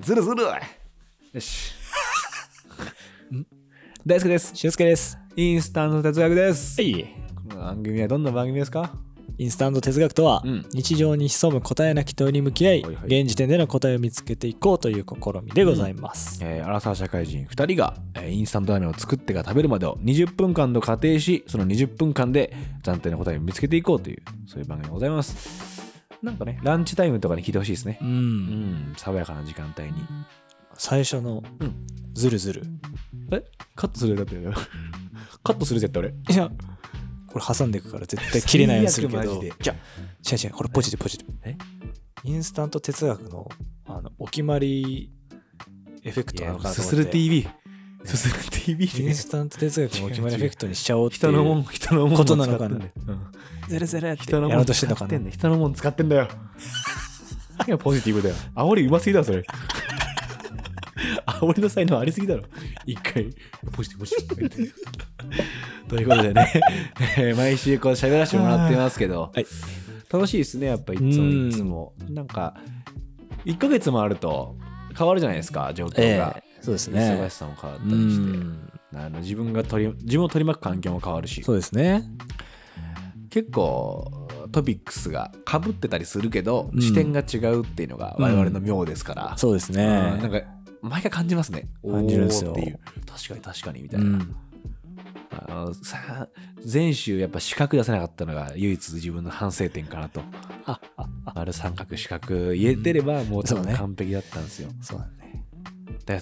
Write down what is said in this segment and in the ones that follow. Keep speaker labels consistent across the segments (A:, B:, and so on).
A: ずるずるよし。 大輔です。
B: 俊介です。
A: インスタント哲学です。
B: い。
A: この番組はどんな番組ですか
B: インスタント哲学とは、
A: うん
B: 日常に潜む答えなき問いに向き合い、
A: はいはい
B: 現時点での答えを見つけていこうという試みでございます。
A: えー、アラサー社会人2人が、えーインスタントラーメンを作ってから食べるまでを20分間と仮定しその20分間で暫定の答えを見つけていこうというそういう番組でございますなんかねランチタイムとかに聞いてほしいですね
B: うん、
A: うん爽やかな時間帯に
B: 最初の
A: うん
B: ズルズル。
A: えカットするだってカットする絶対俺
B: いや、これ挟んでいくから絶対切れないようにするけど。違う違
A: じゃ
B: う、これポジティブポジティブ。
A: え
B: インスタント哲学のあのお決まりエフェクトなのかなと
A: す
B: 思っ
A: す
B: て
A: る TV すする TV
B: インスタント哲学のお決まりエフェクトにしちゃおうってい
A: 人のも
B: う。
A: ん人のもん
B: ことなのかな
A: 使ってんだようん
B: ゼレゼレって
A: 人
B: や
A: の
B: ろ
A: も
B: うんとして
A: 使
B: んのか
A: って。
B: なん
A: だよ人のもん使ってんだよいやポジティブだよ煽りうますぎだろそれ煽りの才能ありすぎだろ一回ポジティブポジティブとか言ってということでねえー毎週こう喋らせてもらってますけど、
B: はい
A: 楽しいですねやっぱいつ
B: うん
A: もいつもなんか1ヶ月もあると変わるじゃないですか状況が、
B: ええそうです
A: 忙
B: ね
A: し。さも変わった
B: う
A: りして、
B: ん
A: あの自分が取り自分を取り巻く環境も変わるし
B: そうですね。
A: 結構トピックスがかぶってたりするけど、
B: うん
A: 視点が違うっていうのが我々の妙ですから、
B: そうです
A: う
B: ね
A: ん。なんか毎回感じますね
B: 感じるんですよ
A: おーっていう確かに確かにみたいうな、
B: ん、
A: あのさ前週やっぱ四角出せなかったのが唯一自分の反省点かなと
B: ああ
A: 丸三角四角言えてればもう多
B: そう
A: 分
B: ね
A: 完璧だったんですよ、
B: そうだね。
A: で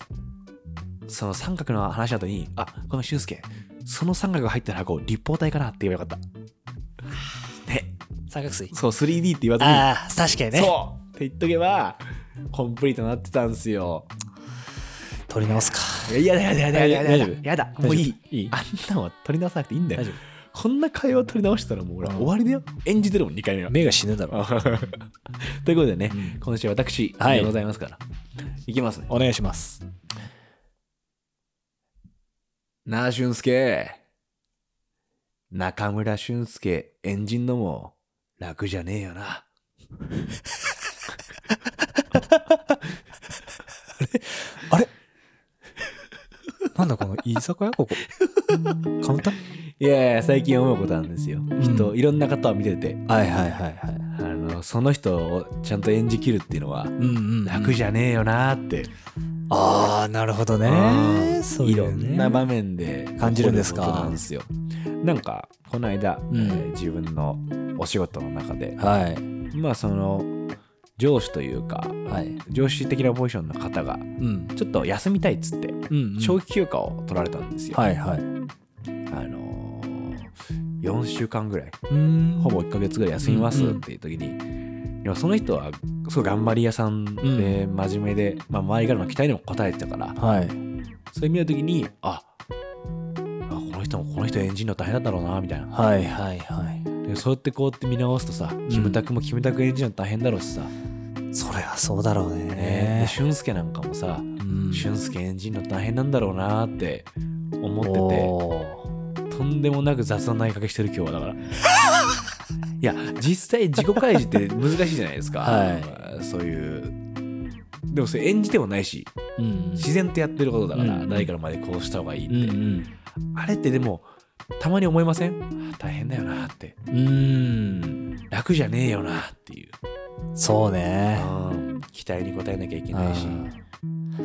A: その三角の話の後にあごめん俊介その三角が入ってる箱立方体かなって言えばよかったね
B: 三角錐。
A: そう 3D って言わずに
B: ああ、確かにね。
A: そうって言っとけばコンプリートになってたんすよ。
B: 取り直すか。
A: いやいやだやだやだやだ
B: 大
A: や
B: 丈
A: だ
B: 夫
A: やだもういい。
B: いい。
A: あんなのは取り直さなくていいんだよ
B: 大丈。
A: こんな会話取り直したらもう俺は終わりだよ。演じてるもん2回目 は。
B: 目が死ぬだろ。
A: ということでね、
B: うん
A: 今週は私
B: はい
A: でございますから。いきますね。
B: お願いします。
A: なあ、俊介。中村俊介演じんのも楽じゃねえよな。
B: なんだこの居酒屋ここ。 カウンター
A: いやいや、最近思うことなんですよ。人、いろんな方を見てて、
B: はいはいはいはい。
A: あのその人をちゃんと演じきるっていうのは
B: うんうん。
A: 楽じゃねえよなーって、
B: ああ、なるほど
A: う
B: ね。
A: ん
B: そう
A: い
B: い
A: ろ
B: うね
A: んな場面で
B: 感じるんですか
A: 起こことなんですよなんかこの間、
B: うん
A: えー自分のお仕事の中で
B: はい。
A: まあその上司というか
B: はい。
A: 上司的なポジションの方が
B: うん。
A: ちょっと休みたいっつって
B: うん
A: 長期休暇を取られたんですよ、
B: はいはい。う
A: あのー、4週間ぐらい
B: ん
A: ほぼ1ヶ月ぐらい休みますっていう時に、でもその人はすごい頑張り屋さんで真面目で、まあ、周りからの期待にも応えてたから
B: はい。
A: それ見る時にああこの人もこの人演じるの大変なんだろうなみたいな
B: はいはいは
A: でそうやってこうやって見直すとさキムタクもキムタク演じるの大変だろうしさ、
B: い。そりゃそうだろう
A: ね
B: ね
A: で。俊介なんかもさ、
B: うん
A: 俊介演じるの大変なんだろうなって思ってて。
B: お
A: とんでもなく雑な投げかけしてる今日はだから。 いや実際自己開示って難しいじゃないですか、
B: は
A: そういうでもそれ演じてもないし
B: ーうん
A: 自然とやってることだから、
B: うん
A: 誰からまでこうした方がいいっ
B: う
A: て、
B: ん
A: あれってでもたまに思いませんあ大変だよなって
B: うん。うん。
A: 楽じゃねえよなっていう、
B: そうね。
A: うん期待に応えなきゃいけ
B: い
A: ないし、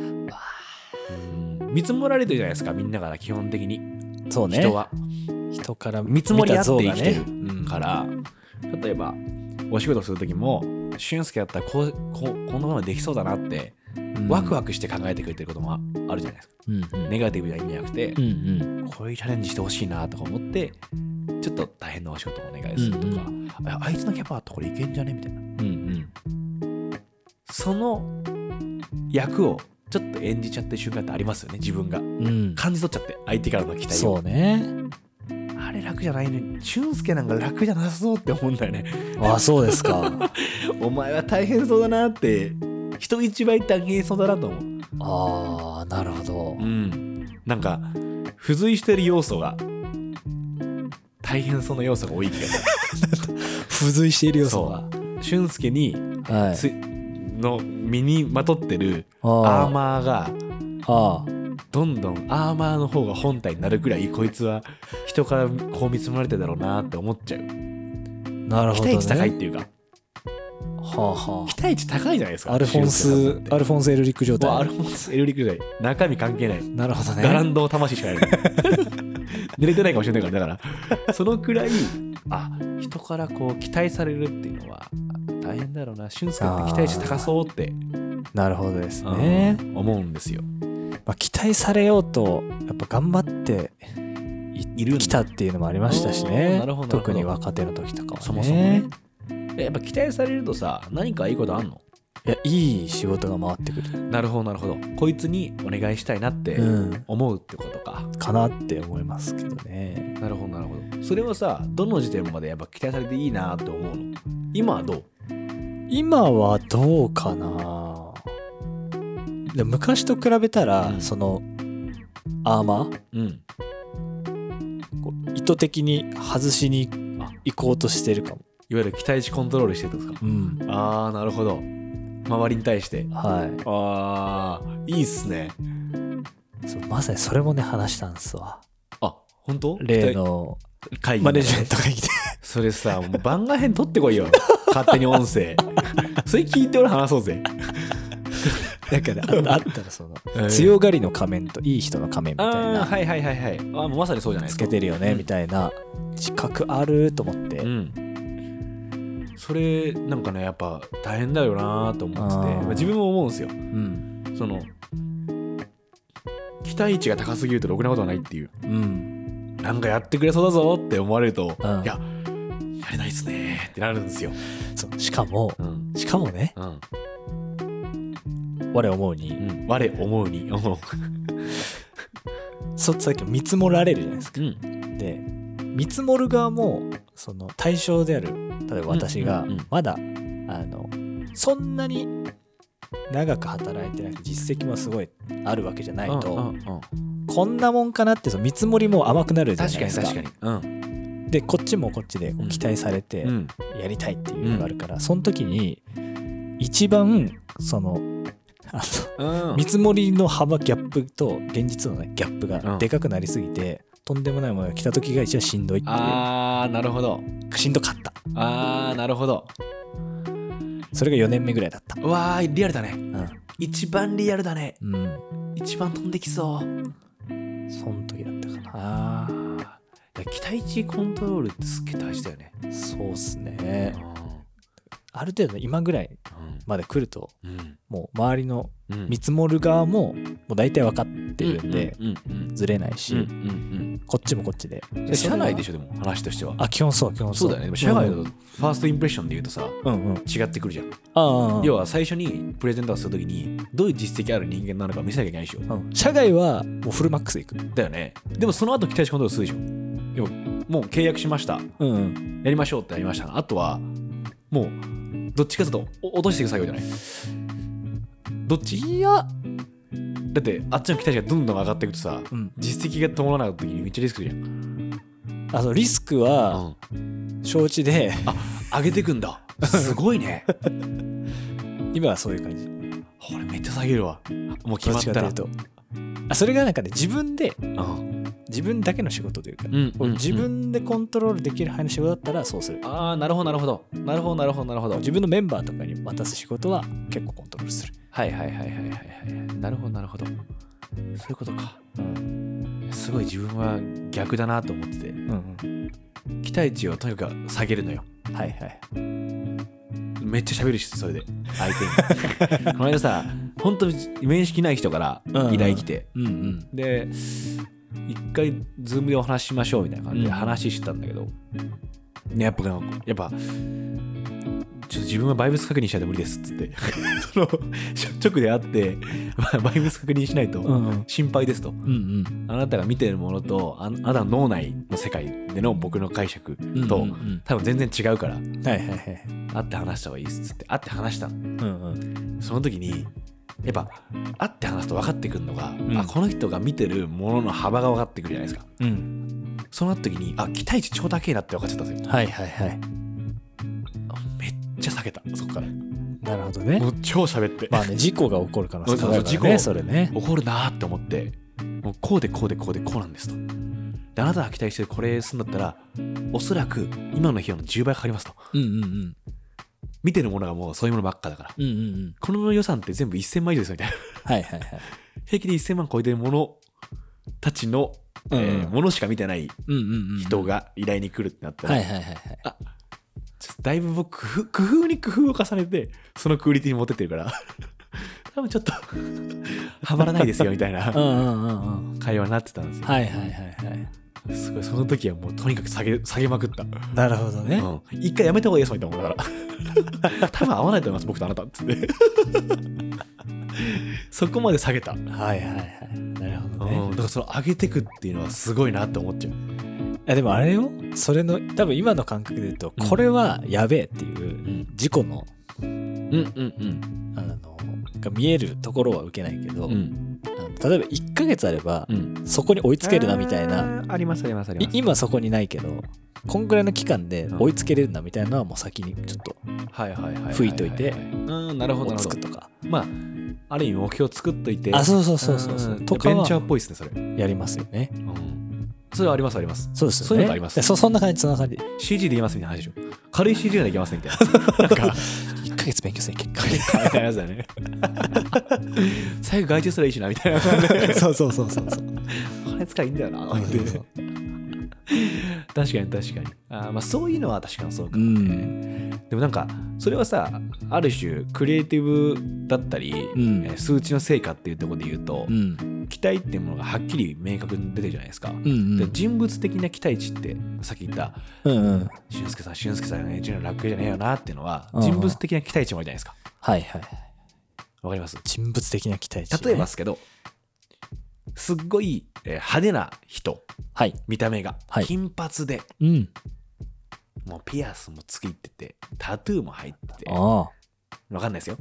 A: うん見積もられてるじゃないですかみんなから基本的に
B: そうね。
A: 人は。
B: 人から
A: 見積もり合って生きて
B: 見た
A: る
B: 像がねうん
A: から、例えばお仕事する時も俊介だったらこうこうこんなものできそうだなって
B: うん
A: ワクワクして考えてくれてることもああるじゃないですか、
B: うんうん
A: ネガティブな意味じゃなくて
B: う、ん
A: こういうチャレンジしてほしいなとか思ってちょっと大変なお仕事をお願いするとか、
B: う
A: ああいつのキャパとこれいけんじゃねみたいな
B: うんうん
A: その役をちょっと演じちゃってる瞬間ってありますよね自分が
B: うんうん
A: 感じ取っちゃって相手からの期待
B: そ
A: を
B: うね
A: あれ楽じゃないのに俊介なんか楽じゃなさそうって思うんだよね
B: あそうですか
A: お前は大変そうだなって人一倍大変そうだなと思う、
B: ああなるほど
A: ん、なんか付随してる要素が大変そうな要素が多い気がす
B: 付随している
A: る
B: 要素
A: そう俊介に
B: がはい
A: つ、の身にまとってるアー
B: あー
A: マーが
B: あ
A: どんどんアーマーの方が本体になるくらいこいつは人からこう見積もられてんだろうなって思っちゃう
B: ーなる
A: 期
B: ほど、ね、
A: 待値高いっていうか
B: はあは
A: 期待値高いじゃないです
B: あ
A: か
B: アルフォンスアルフォンスエルリック状
A: もうア
B: 態
A: ルフォンスエルリック時代中身関係ない
B: なるほどね
A: ガランドの魂し かない寝れてないかもしれないからだからそのくらいあ人からこう期待されるっていうのは大変だろうな俊介って期待値高そうって、
B: なるほどですね
A: ね、思うんですよ
B: まあ、期待されようとやっぱ頑張って
A: いるんだ
B: きたっていうのもありましたし
A: おー
B: ね
A: なるほどなるほど
B: 特に若手の時とかはね
A: そもそもねえやっぱ期待されるとさ何かいいことあんの
B: いやいい仕事が回ってくる
A: なるほどなるほどこいつにお願いしたいなって
B: うん
A: 思うってことか、
B: かなって思いますけどね
A: なるほどなるほどそれはさどの時点までやっぱ期待されていいなって思うの今はどう
B: 今はどうかなで昔と比べたら、
A: うん
B: そのアーマー
A: うん
B: こう意図的に外しに
A: あ
B: 行こうとしてるかも
A: いわゆる期待値コントロールしてるんですか
B: うん
A: ああなるほど周りに対して
B: は
A: ああいいっすね
B: いそうまさにそれもね話したんですわ
A: あ本当
B: 例の
A: 期待会議
B: マネジメントが来て
A: それさもう番外編撮ってこい よ勝手に音声それ聞いて俺話そうぜ
B: なんかねああったらその
A: えー
B: 強がりの仮面といい人の仮面みたい
A: ああ
B: な
A: はいはいはいはいあーもうまさにそうじゃないで
B: つ
A: す
B: け
A: か
B: てるよねみたいな自覚あると思って
A: うんそれなんかねやっぱ大変だよなーと思ってて
B: あー
A: まあ自分も思うんですよ
B: うん
A: その期待値が高すぎるとろくなことはないっていう
B: うん
A: なんかやってくれそうだぞって思われると、
B: うん
A: いややれないっすねーってなるんですよ、
B: そうしかも
A: うん
B: しかもね
A: うん
B: 我思うに
A: うん、我思うに思
B: そさっき見積もられるじゃないですか
A: う、うん、
B: で見積もる側もその対象である例えば私が
A: うんうんうん
B: まだ、あのそんなに長く働いてなくて実績もすごいあるわけじゃないと、
A: うんうんうん
B: こんなもんかなってその見積もりも甘くなるじゃな
A: 確
B: い
A: か
B: で
A: に
B: すか
A: 確かにうん
B: でこっちもこっちでこ
A: うん
B: う期待されて
A: うん
B: やりたいっていうのがあるから、その時に一番そのあの
A: うん
B: 見積もりの幅ギャップと現実の、ね、ギャップがでかくなりすぎて、とんでもないものが来た時が一番しんどいっていう
A: ああなるほど
B: しんどかった
A: ああなるほど
B: それが4年目ぐらいだった
A: うわーリアルだね
B: う
A: 一番リアルだね
B: ん、う
A: 一番飛んできそう
B: その時だったか
A: ああ期待値コントロールってすっげえ大事だよね
B: なそうっすね
A: う
B: ある程度の今ぐらい
A: ん
B: まで来ると
A: うん
B: もう周りの
A: うん
B: 見積もる側ももう大体分かってるんで
A: うんうん
B: ずれないうし、
A: んうん
B: こっちもこっちで
A: うん社内で
B: ょ
A: しょでも話としては
B: あ基本そう基本
A: そ
B: そうう
A: だよねでも社外
B: う
A: の
B: ん
A: ファーストインプレッションで言うとさ
B: うんうん
A: 違ってくるじゃん
B: ああああ
A: 要は最初にプレゼントをするときにどういう実績ある人間なのか見せなきゃいけないでしょ
B: うん社外はもうフルマックスでいく
A: だよねでもその後期待値コントロールするでしょでももう契約しました
B: うんうん
A: やりましょうってなりましたあとはもうどっちかというとお落としていく作業じゃないどっち
B: いや
A: だってあっちの期待値がどんどん上がっていくとさ
B: うん
A: 実績が伴わない時にめっちゃリスクじゃん、
B: あそのリスクは承知で、
A: 上げてくんだすごいね
B: 今はそういう感じ
A: 俺めっちゃ下げるわもう決
B: ど
A: ま
B: っ
A: っ
B: ちか
A: た
B: と
A: ら
B: いうとあそれがなんかね自分で
A: うん
B: 自分だけの仕事というか、
A: うんうん
B: 自分でコントロールできる範囲の仕事だったらそうする
A: ああなるほどなるほどなるほどなるほどなるほど
B: 自分のメンバーとかに渡す仕事は結構コントロールする、
A: はいはいはいはいはいはいなるほどなるほどそういうことか
B: うん
A: すごい自分は逆だなと思ってて
B: うん
A: 期待値をとにかく下げるのよ
B: うん、はいはい
A: めっちゃ喋るしそれで相手に この間さ本当に面識ない人から
B: うんうん
A: 依頼来て、
B: うんうん
A: で一回ズームでお話ししましょうみたいな感じで
B: うん
A: 話してたんだけど、ねやっぱなんかやっぱちょっと自分はバイブス確認しないと無理ですっつって その直で会って まあバイブス確認しないと
B: うんうん
A: 心配ですと、
B: うん
A: あなたが見てるものとああなたの脳内の世界での僕の解釈
B: うん
A: と、
B: うんうん
A: 多分全然違うから
B: うんはいはいはい
A: 会って話した方がいいっすっつって会って話したの
B: うんうん
A: その時にやっぱ会って話すと分かってくるのが、
B: ん
A: あこの人が見てるものの幅が分かってくるじゃないですか
B: うん
A: そうなった時にあ期待値超高いなって分かっちゃったんですよ
B: はいはいはい
A: あめっちゃ下げたそっから
B: なるほどね
A: も。う超喋って、
B: ま あね、事故が起こる可能性もあるか
A: そう
B: ら
A: そう事故
B: ね、それね。
A: 怒るなーって思ってもうこうでこうでこうでこうなんですとであなたが期待してこれするんだったらおそらく今の費用の10倍かかりますと
B: うんうんうん。
A: 見てるものがもうそういうものばっかだから
B: うんうんうん。
A: この予算って全部1000万以上ですよみたいな
B: はいはいはい。
A: 平気で1000万超えてるものたちの、えー
B: うん
A: ものしか見てない
B: うんうんうん。
A: 人。が依頼に来るってなったら、
B: はいはいはいはい。
A: ちょっとだいぶ僕工夫工夫に工夫を重ねてそのクオリティに持ってってるから 多分ちょっと はまらないですよみたいな
B: うんうんうんうん。
A: 会話になってたんですよ、
B: はいはいはいはい。
A: すごいその時はもうとにかく下げ下げまくった
B: なるほどね。
A: うん、一回やめた方がいいですみたいなもんだから 多分合わないと思います僕とあなたっつって そこまで下げた、
B: はいはいはい。なるほ
A: う
B: どね
A: ん、。だからその上げてくっていうのはすごいなって思っちゃう
B: いやでもあれよ、それの、多分今の感覚で言うと、
A: うん
B: これはやべえっていう、
A: ん
B: 事故の、
A: うんうん
B: あの、が見えるところは受けないけど、
A: ん
B: あの例えば1ヶ月あれば、
A: ん
B: そこに追いつけるなみたいな、
A: ありますありますあ
B: い今そこにないけど、こんぐらいの期間で追いつけれるなみたいなのはもう先にちょっと
A: はいはいはいはは
B: 吹いといて
A: うんなるほどな
B: 追
A: いる
B: つ
A: ほ
B: く
A: ど
B: とか。
A: まあある意味目標作っといて
B: あ、そうそうそうそうそ
A: ん
B: う。とか
A: ベンチャー
B: は
A: っぽいですねそれ、う
B: やりますよね。
A: ん、それはありますあります
B: そうですよね。
A: そういうのがあります
B: いやそそんな感じ、そんな感じ。
A: CG できますみたいな話でしょ軽い CG ならできますねみたいななんか
B: 1ヶ月勉強せん結果。
A: みたいなやつだね。最後外注すらいいしなみたいな。あ
B: そうそうそうそうそう。
A: れ使いいんだよな。
B: そうそうそう
A: 確かに確かに。あーまあそういうのは確かにそうか
B: う
A: もね、
B: ん。
A: でもなんかそれはさある種クリエイティブだったり、
B: ん
A: えー数値の成果っていうところで言うと
B: う、ん。
A: 期待っていうものがはっきり明確に出てるじゃないですか。
B: うんうん。
A: で人物的な期待値ってさっき言った
B: うんうん。
A: 俊介さん俊介さんの演じるの楽じゃねえよなっていうのは
B: うん
A: 人物的な期待値もあるじゃないですか。
B: はいはい。
A: わかります
B: 人物的な期待値ね、
A: 例えばですけど、すっごいえー派手な人、
B: はい。
A: 見た目が、
B: はい
A: 金髪で、
B: うん。
A: もうピアスもつきってて、タトゥーも入ってて、わかん
B: あ
A: ないですよ。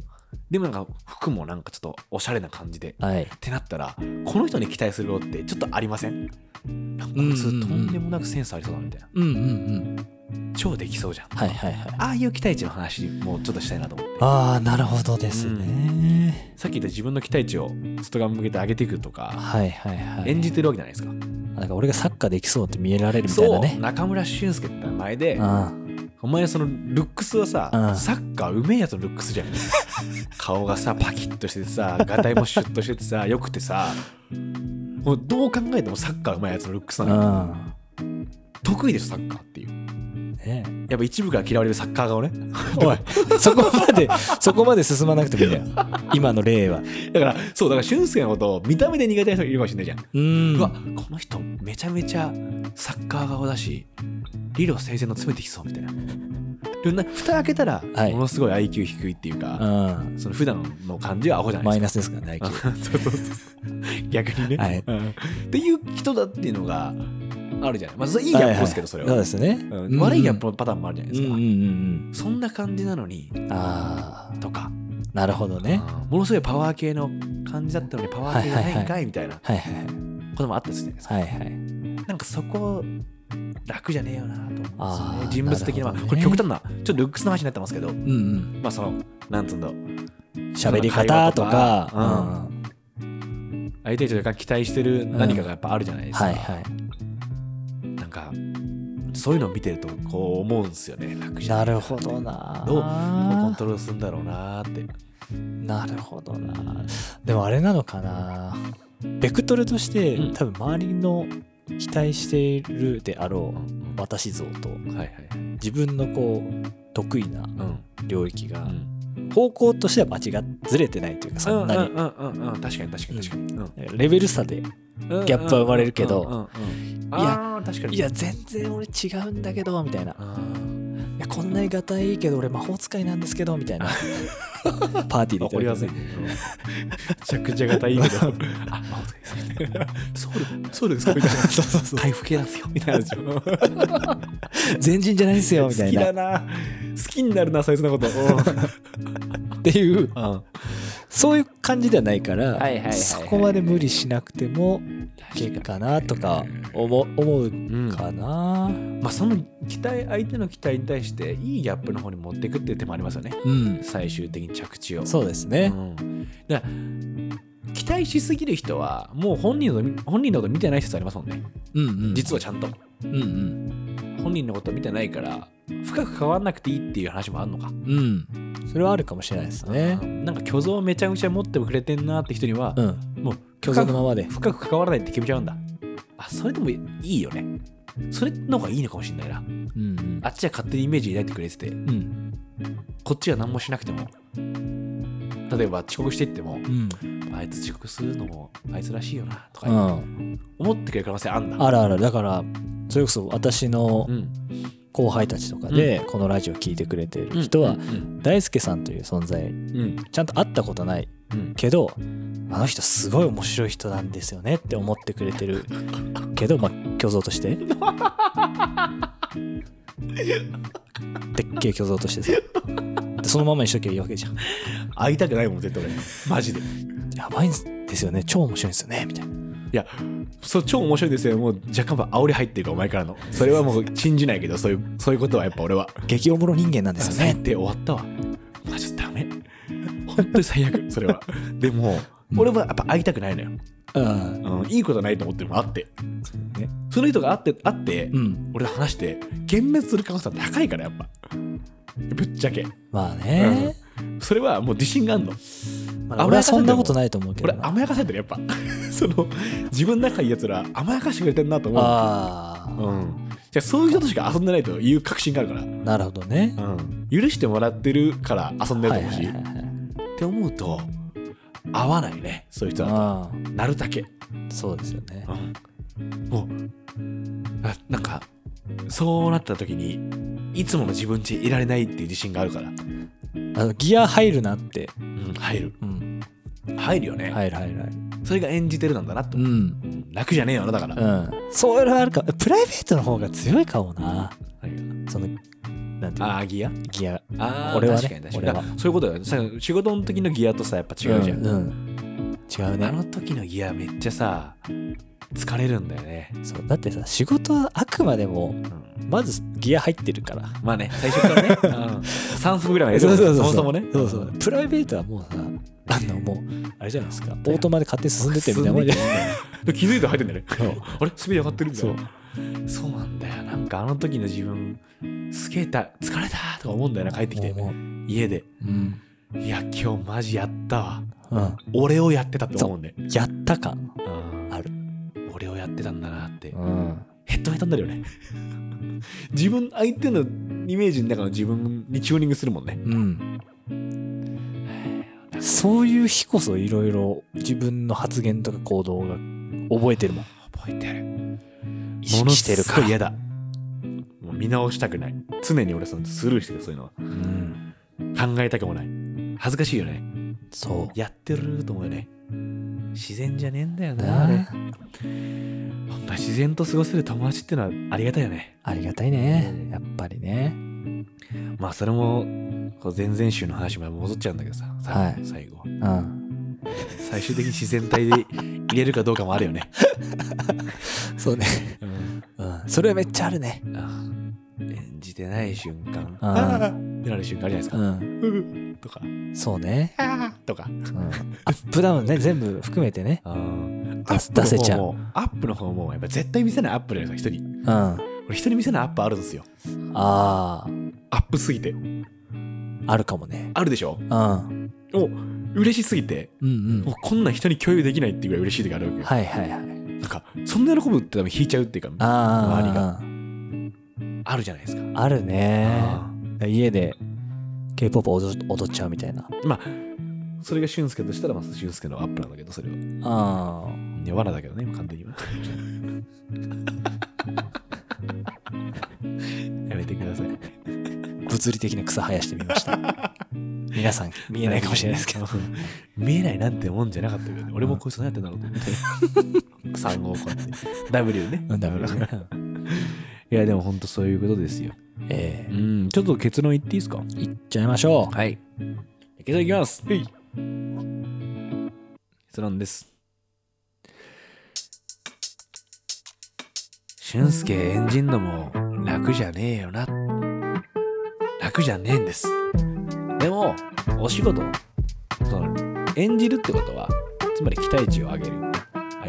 A: でもなんか服もなんかちょっとおしゃれな感じで、っ
B: あ。はい。
A: てなったら、この人に期待することってちょっとありませんなんかこ
B: うんうんう
A: い
B: ん
A: つとんでもなくセンスありそうだなみたいな。
B: うんうんうん。
A: 超できそうじゃん。
B: はいはいはい。
A: ああいう期待値の話もうちょっとしたいなと思って。
B: ああ、なるほどですね。
A: さっき言った自分の期待値を外側に向けて上げていくとか、
B: はいはいはい。
A: 演じてるわけじゃないですか。
B: なんか俺がサッカーできそうって見えられるみたい
A: そ
B: な
A: う、
B: ね。
A: 中村俊介って名前で、
B: あ
A: お前そのルックスはさ、
B: うん
A: サッカーうめえやつのルックスじゃん顔がさパキッとしててさガタイもシュッとしててさよくてさもうどう考えてもサッカーうまいやつのルックス
B: あ。
A: な
B: う
A: のよ
B: ん。
A: 得意でしょサッカーっていう
B: ね
A: やっぱ一部から嫌われるサッカー顔ね
B: おい、そこまで、そこまで進まなくてもいいんだよ。今の例は。
A: だからそうだから俊介のことを見た目で苦手な人いるかもしれないじゃん、
B: うん
A: うわこの人めちゃめちゃサッカー顔だし理路整然の詰めてきそうみたいなでもな蓋開けたら、
B: はい
A: ものすごい IQ 低いっていう
B: う
A: か、
B: ん。
A: その普段の感じはアホじゃないですか
B: マイナスですからね、IQ
A: そうそうそう逆にね、
B: はい
A: うんっていう人だっていうのがあるじゃない、まあ、それいいギャップですけどそれは、
B: そうですね。
A: うん悪いギャップのパターンもあるじゃないで
B: う
A: す
B: ん
A: か、
B: うんうん
A: そんな感じなのに
B: うん。あ
A: とか、
B: あ、なるほどね。
A: うんものすごいパワー系の感じだったのにパワー系じゃないんかいみたいな
B: はいはい
A: こともあったりするじゃないですか、
B: はい。はいはい。
A: なんかそこ楽じゃねえよなと思うんですよ
B: あ
A: ね
B: ー
A: 人物的な
B: なるほどね
A: これ極端なちょっとルックスの話になってますけど
B: うんうん。
A: まあそのなんつうんだろう
B: 喋り方とか、
A: うん相手たちが期待してる何かがやっぱあるじゃないですか、
B: はいはい。
A: なんかそういうのを見てるとこう思うんですよね楽じゃ
B: な
A: ない
B: るほどな。
A: どうコントロールするんだろうなーって
B: なるほどな。でもあれなのかな。ベクトルとして、
A: うん
B: 多分周りの期待しているであろう私像と
A: はいはい
B: 自分のこう得意な
A: うん
B: 領域
A: う
B: が
A: ん
B: 方向としては間違っずれてないというか
A: う
B: そん
A: んう
B: なに、
A: んうんうんうん確かに確かに確かにうん
B: レベル差でギャップは生まれるけど
A: うんうんうん
B: い
A: あー確かに
B: いや全然俺違うんだけどみたいな
A: あー
B: いやこんなにがたいいけど俺魔法使いなんですけどみたいなパーティーで
A: わかりやすい
B: ね
A: ね うんめちゃくちゃがたいいけどあ魔法使いですみたいなソウルソウルですかみたいな
B: そうそうそう
A: 台風系なんですよみたいなでしょ
B: 全人じゃないんですよみた
A: 好
B: い
A: き
B: な
A: だ
B: っ
A: な好きになるなそいつのこと
B: ていう
A: うん
B: そういう感じではないか
C: はいはいはいは
B: ら
C: い
B: そこまで無理しなくてもいけるかなとか思う思う
A: うん
B: かな
A: まあその期待相手の期待に対していいギャップの方に持っていくっていう手もありますよね
B: うん
A: 最終的に着地を
B: そうですね
A: うんだから期待しすぎる人はもう本人のこと本人のこと見てない説ありますもんね
B: うんうん
A: 実はちゃんと
B: うんうん
A: 本人のこと見てないから深く変わらなくていいっていう話もあるのか、
B: うんそれはあるかもしれないですね
A: うんなんか虚像めちゃくちゃ持ってくれてんなって人には
B: う、ん
A: もう
B: 虚像のままで
A: 深く関わらないって決めちゃうんだあそれでもいいよねそれの方がいいのかもしれないな
B: うんうん
A: あっちは勝手にイメージ抱いてくれてて
B: うん
A: こっちは何もしなくても例えば遅刻していっても
B: うん
A: あいつ遅刻するのもあいつらしいよなと
B: う
A: か
B: ん
A: 思ってくれる可能性あんだ、
B: あらあらだからそれこそ私の
A: うん、
B: 後輩たちとかでこのラジオ聞いてくれてる人は
A: うん
B: 大輔さんという存在
A: うん
B: ちゃんと会ったことない
A: うん
B: けどあの人すごい面白い人なんですよねって思ってくれてるけ どまあ虚像としてでっけえ虚像としてさでそのままにしときゃいいわけじゃん
A: 会いたくないもん絶対俺マジでい
B: やばいんですよね超面白いんですよねみたいな
A: やそう超面白いですよもう若干は煽り入ってるからお前からのそれはもう信じないけどそういうそういうことはやっぱ俺は
B: 激おもろ人間なんですよ
A: 最
B: ね
A: 低終わったわマジダメ本当に最悪それはでも俺はやっぱ会いたくないのよ、
B: うん
A: うん、いいことないと思ってるのもあって
B: ね
A: その人があってあって、
B: うん
A: 俺と話して幻滅する可能性は高いからやっぱぶっちゃけ
B: まあね、
A: それはもう自信があるの
B: まあ俺はそんなことないと思うけど
A: 俺
B: な
A: 甘やかされてるやっぱ その自分の仲いいやつら甘やかしてくれてんなと思う
B: ああ
A: うん、じゃあそういう人としか遊んでないという確信があるか
B: なるほどね
A: ら、うん、許してもらってるから遊んでると思うし、
B: はいはいはいはい
A: って思うと合わないねそういう人は
B: あ
A: なるだけ、
B: あそうですよね
A: うん、もうあなんかそうなった時にいつもの自分ちいられないっていう自信があるから、
B: あのギア入るなって、
A: うん、入る
B: うん、
A: 入るよね、
B: 入る入る入る
A: それが演じてるなんだなと、
B: うん
A: うん楽じゃねえよなだから、
B: うん、そういうのあるかプライベートの方が強いかもな
A: 何
B: そのなんていうの
A: があーギア
B: ギア
A: あ
B: 俺はね
A: 確かに確かに
B: 俺は
A: そういうことだよさ仕事の時のギアとさやっぱ違うじゃん、
B: うんうん違う
A: あ
B: ね
A: の時のギアめっちゃさ疲れるんだよね、
B: そうだってさ仕事はあくまでも
A: うん
B: まずギア入ってるから
A: まあね最初からね、うん、3足ぐらいはやる
B: そうそうそう
A: もそもね
B: そうそうプライベートはもうさあのもうあれじゃないですかオートマで勝手に進んでってみたいなもんじゃ
A: で気づいたら入ってんだよね
B: そう
A: あれ滑り上がってるんだよそうなんだよなんかあの時の自分すげえた疲れたとか思うんだよな帰ってきて
B: もう
A: 家で
B: うん、
A: いや今日マジやったわ
B: うん、
A: 俺をやってたって思うんで、
B: やった感
A: うん
B: ある
A: 俺をやってたんだなって、
B: ん
A: ヘッドヘタになるよね自分相手のイメージの中の自分にチューニングするもんね
B: うんそういう日こそいろいろ自分の発言とか行動が覚えてるもん
A: 覚えてる
B: 意識してる
A: ものす
B: か
A: ごい嫌だもう見直したくない常に俺そのスルーしてるそういうの
B: うん、
A: は考えたくもない恥ずかしいよね
B: そ
A: やってると思うよね自然じゃねえんだよ
B: う
A: なあれ
B: な
A: ほんま自然と過ごせる友達ってのはありがたいよね
B: ありがたいねやっぱりね
A: まあそれもこう前々週の話まで戻っちゃうんだけどさ、最後
B: はい
A: 最後
B: うん
A: 最終的に自然体で入れるかどうかもあるよね、
B: そうね、
A: うん
B: うん、それめっちゃあるね
A: あ演じてない瞬間
B: うん
A: あ ーってなる瞬間あるじゃ
B: う
A: ない
B: ん
A: ですか とか
B: そうね、
A: とか
B: うん、アップダウンね全部含めてね
A: あー
B: 出す出せちゃう
A: アップの方もアップの方もやっぱ絶対見せないアップじゃないですか人に
B: うんあ
A: 俺人に見せないアップあるんですよ
B: あー
A: アップすぎて
B: あるかもね
A: あるでしょ
B: うん
A: もう嬉しすぎて
B: うんう
A: もうんこんなん人に共有できないっていうぐらい嬉しい時あるわけよ
B: はいはいはい
A: なんかそんな喜ぶって多分引いちゃうっていうか
B: あ
A: 周り
B: あ
A: あるじゃないですか
B: あるね
A: あ
B: 家で K-POP 踊っ踊っちゃうみたいな
A: ーまあそれが俊介としたらまあ俊介のアップなんだけどそれは
B: あ
A: いや罠だけどね今完 全にはやめてください
B: あ物理的な草生やしてみました 皆さん見えないかもしれないです けど
A: 見えないなんてもんじゃなかったけど、ね、俺もこいつ何やってんだろうと思って3 号こうやって W ね
B: うんダメだね
A: いやでもほんとそういうことですよ
B: え
A: うんちょっと結論言っていいですか
B: ー、いっちゃいましょう
A: はい結論いきますつらんです俊介演じんのも楽じゃねえよな楽じゃねえんですでもお仕事その演じるってことはつまり期待値を上げる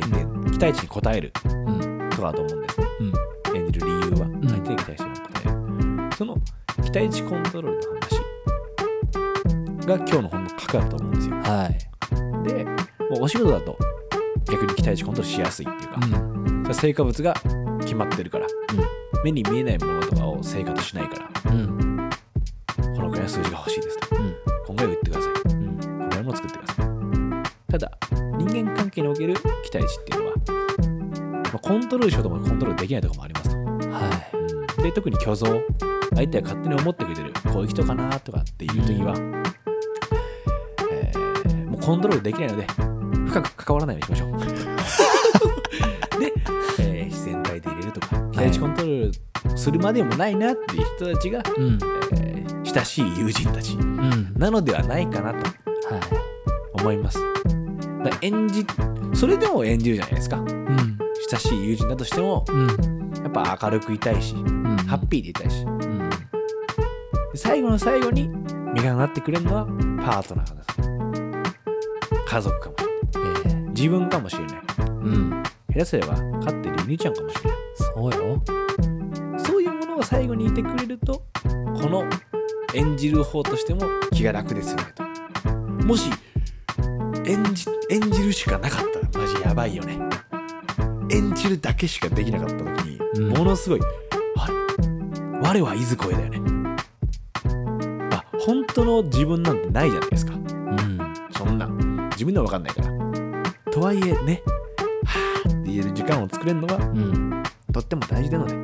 A: 相手、期待値に応える
B: うん
A: ことだと思うんです
B: うん
A: 演じる理由は
B: ん
A: 相手に期待してるので、その期待値コントロールの話が今日の本の核だと思うんですよ
B: はい
A: でもうお仕事だと逆に期待値コントロールしやすいっていうか、それは成果物が決まってるから、目に見えないものとかを成果としないから
B: うんうん
A: このくらいの数字が欲しいですとこんぐらい打ってください
B: うん
A: こんぐらいも作ってくださいただ人間関係における期待値っていうのは、まあコントロールしようともコントロールできないところもありますと
B: うんはい
A: で特に虚像相手が勝手に思ってくれてるこういう人かなとかっていう時は、えーもうコントロールできないので深く関わらないようにしましょうで、えー自然体で入れるとか期待値コントロールするまでもないなっていう人たちが、
B: うん
A: えー親しい友人たち
B: うん
A: なのではないかなと
B: はい
A: 思いますだから演じそれでも演じるじゃないですか
B: うん
A: 親しい友人だとしても
B: うん
A: やっぱ明るくいたいし
B: うん
A: ハッピーでいたいし
B: うん
A: で最後の最後に身がなってくれるのはパートナーです家族かもしれない
B: ええ
A: 自分かもしれない
B: うん
A: 下手すれば飼ってる犬ちゃんかもしれな
B: そうよ
A: いそういうものが最後にいてくれるとこの演じる方としても気が楽ですよねともし演じ演じるしかなかったらマジやばいよね演じるだけしかできなかった時に、
B: うん
A: ものすごいあれ我はいず声だよねあ本当の自分なんてないじゃないですか
B: うん
A: そんな自分では分かんないから。とはいえね、はぁって言える時間を作れるのは
B: うん
A: とっても大事なので、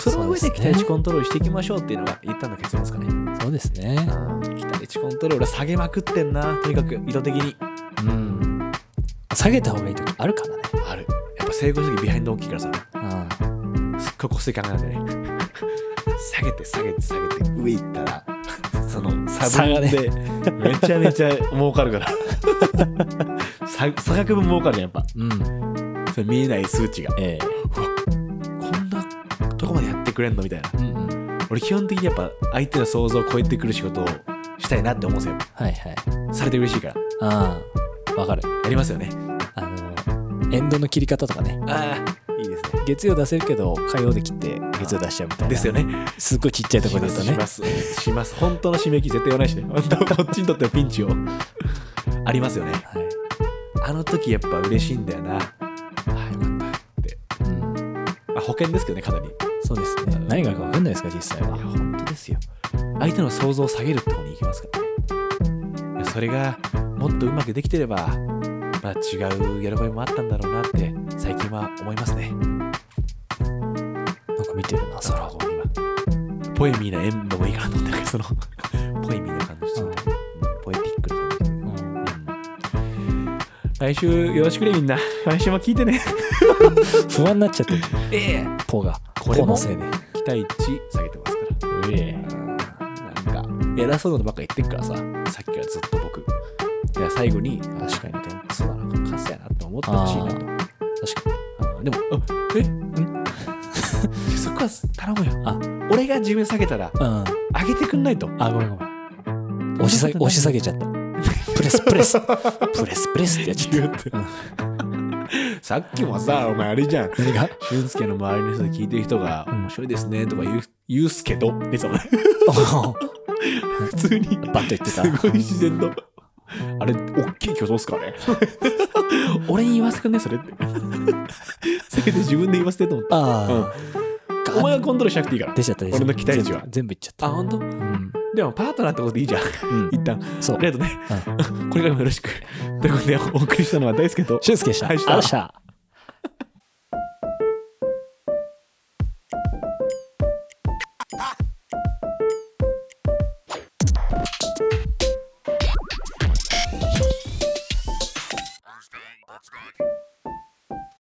A: その上
B: そ
A: で
B: うです
A: 期
B: ね
A: 待値コントロールしていきましょうっていうのが一旦の結論ですかね。
B: そうですね
A: 期待値コントロールは下げまくってんな、とにかく意図的に。
B: うん下げた方がいい時あるからね
A: ある。やっぱ成功した時ビハインド大きいからさ、
B: あ
A: すっごい個性感なんだよね。下げて下げて下げて上行ったら、その差分でめちゃめちゃ儲かる から。差差額分儲かるじゃん、やっ
B: うん
A: ぱ。それ見えない数値が。
B: ええ
A: こんなとこまでやってくれんのみたいな
B: うんうん
A: 俺基本的にやっぱ相手の想像を超えてくる仕事をしたいなって思うんですよ
B: はいはい
A: されて嬉しいから
B: ああわかる
A: やりますよね
B: あのエンドの切り方とかね
A: ああいいですね
B: 月曜出せるけど火曜で切って月曜出しちゃうみたいな
A: ですよね
B: すっごいちっちゃいところだと
A: し
B: ね
A: ますします本当の締め切り絶対言わないしね本当こっちにとってはピンチを ありますよね
B: はい
A: あの時やっぱ嬉しいんだよなああよかったって
B: うん
A: あ保険ですけどねかなりい
B: そうですね何があるか分かんないですか実際
A: や
B: は
A: 本当ですよ相手の想像を下げるって方に行きますからねいやそれがもっとうまくできてればまあ違う喜びもあったんだろうなって最近は思いますね
B: なんか見てるな
A: そ
B: 空
A: ら
B: を
A: ごめん今ポエミーな演舞もいいかなと思ってなんかその ポエミーな感じちょっとうんポエティックな感
B: うん
A: じ来週よろしくねみんな来週も聞いてね
B: 不安になっちゃってる
A: ええ
B: ポーが
A: これも
B: ポーのせいで
A: 期待値下げてますからなんか偉そうなのばっか言ってっからささっきはずっと僕いや最後に確かにでもそうだなカスやなって思ってほしいなと
B: あ確かに
A: あーでもあえん そこは頼むよ
B: あ
A: 俺が自分下げたら
B: うん
A: 上げてくんないと
B: あごめんごめん押し下げ押し下げちゃったプレスプレスプレスプレスってやっちゃった
A: てさっきもさお前あれじゃん
B: 何が
A: 俊介の周りの人で聞いてる人が
B: うん
A: 面白いですねとか言う言うっすけどでその
B: お
A: 普通に
B: バッと言ってた
A: すごい自然と。あれ、大きい巨像っすかね 俺に言わせてね、それって。 せめて自分で言わせてと思っ
B: あ
A: た。
B: あ
A: お前はコントロールしなくていいから。
B: 出ちゃった出ちゃった
A: 俺の期待値は
B: 全部全部いっちゃった
A: あ、ほんと
B: うん
A: でもパートナーってことでいいじゃん。
B: うん
A: 一旦。
B: そ う
A: ありがとうね。これからもよろしく。ということで、お送りしたのは大輔と。
B: 俊介でした
A: はい
B: あ
A: した
B: した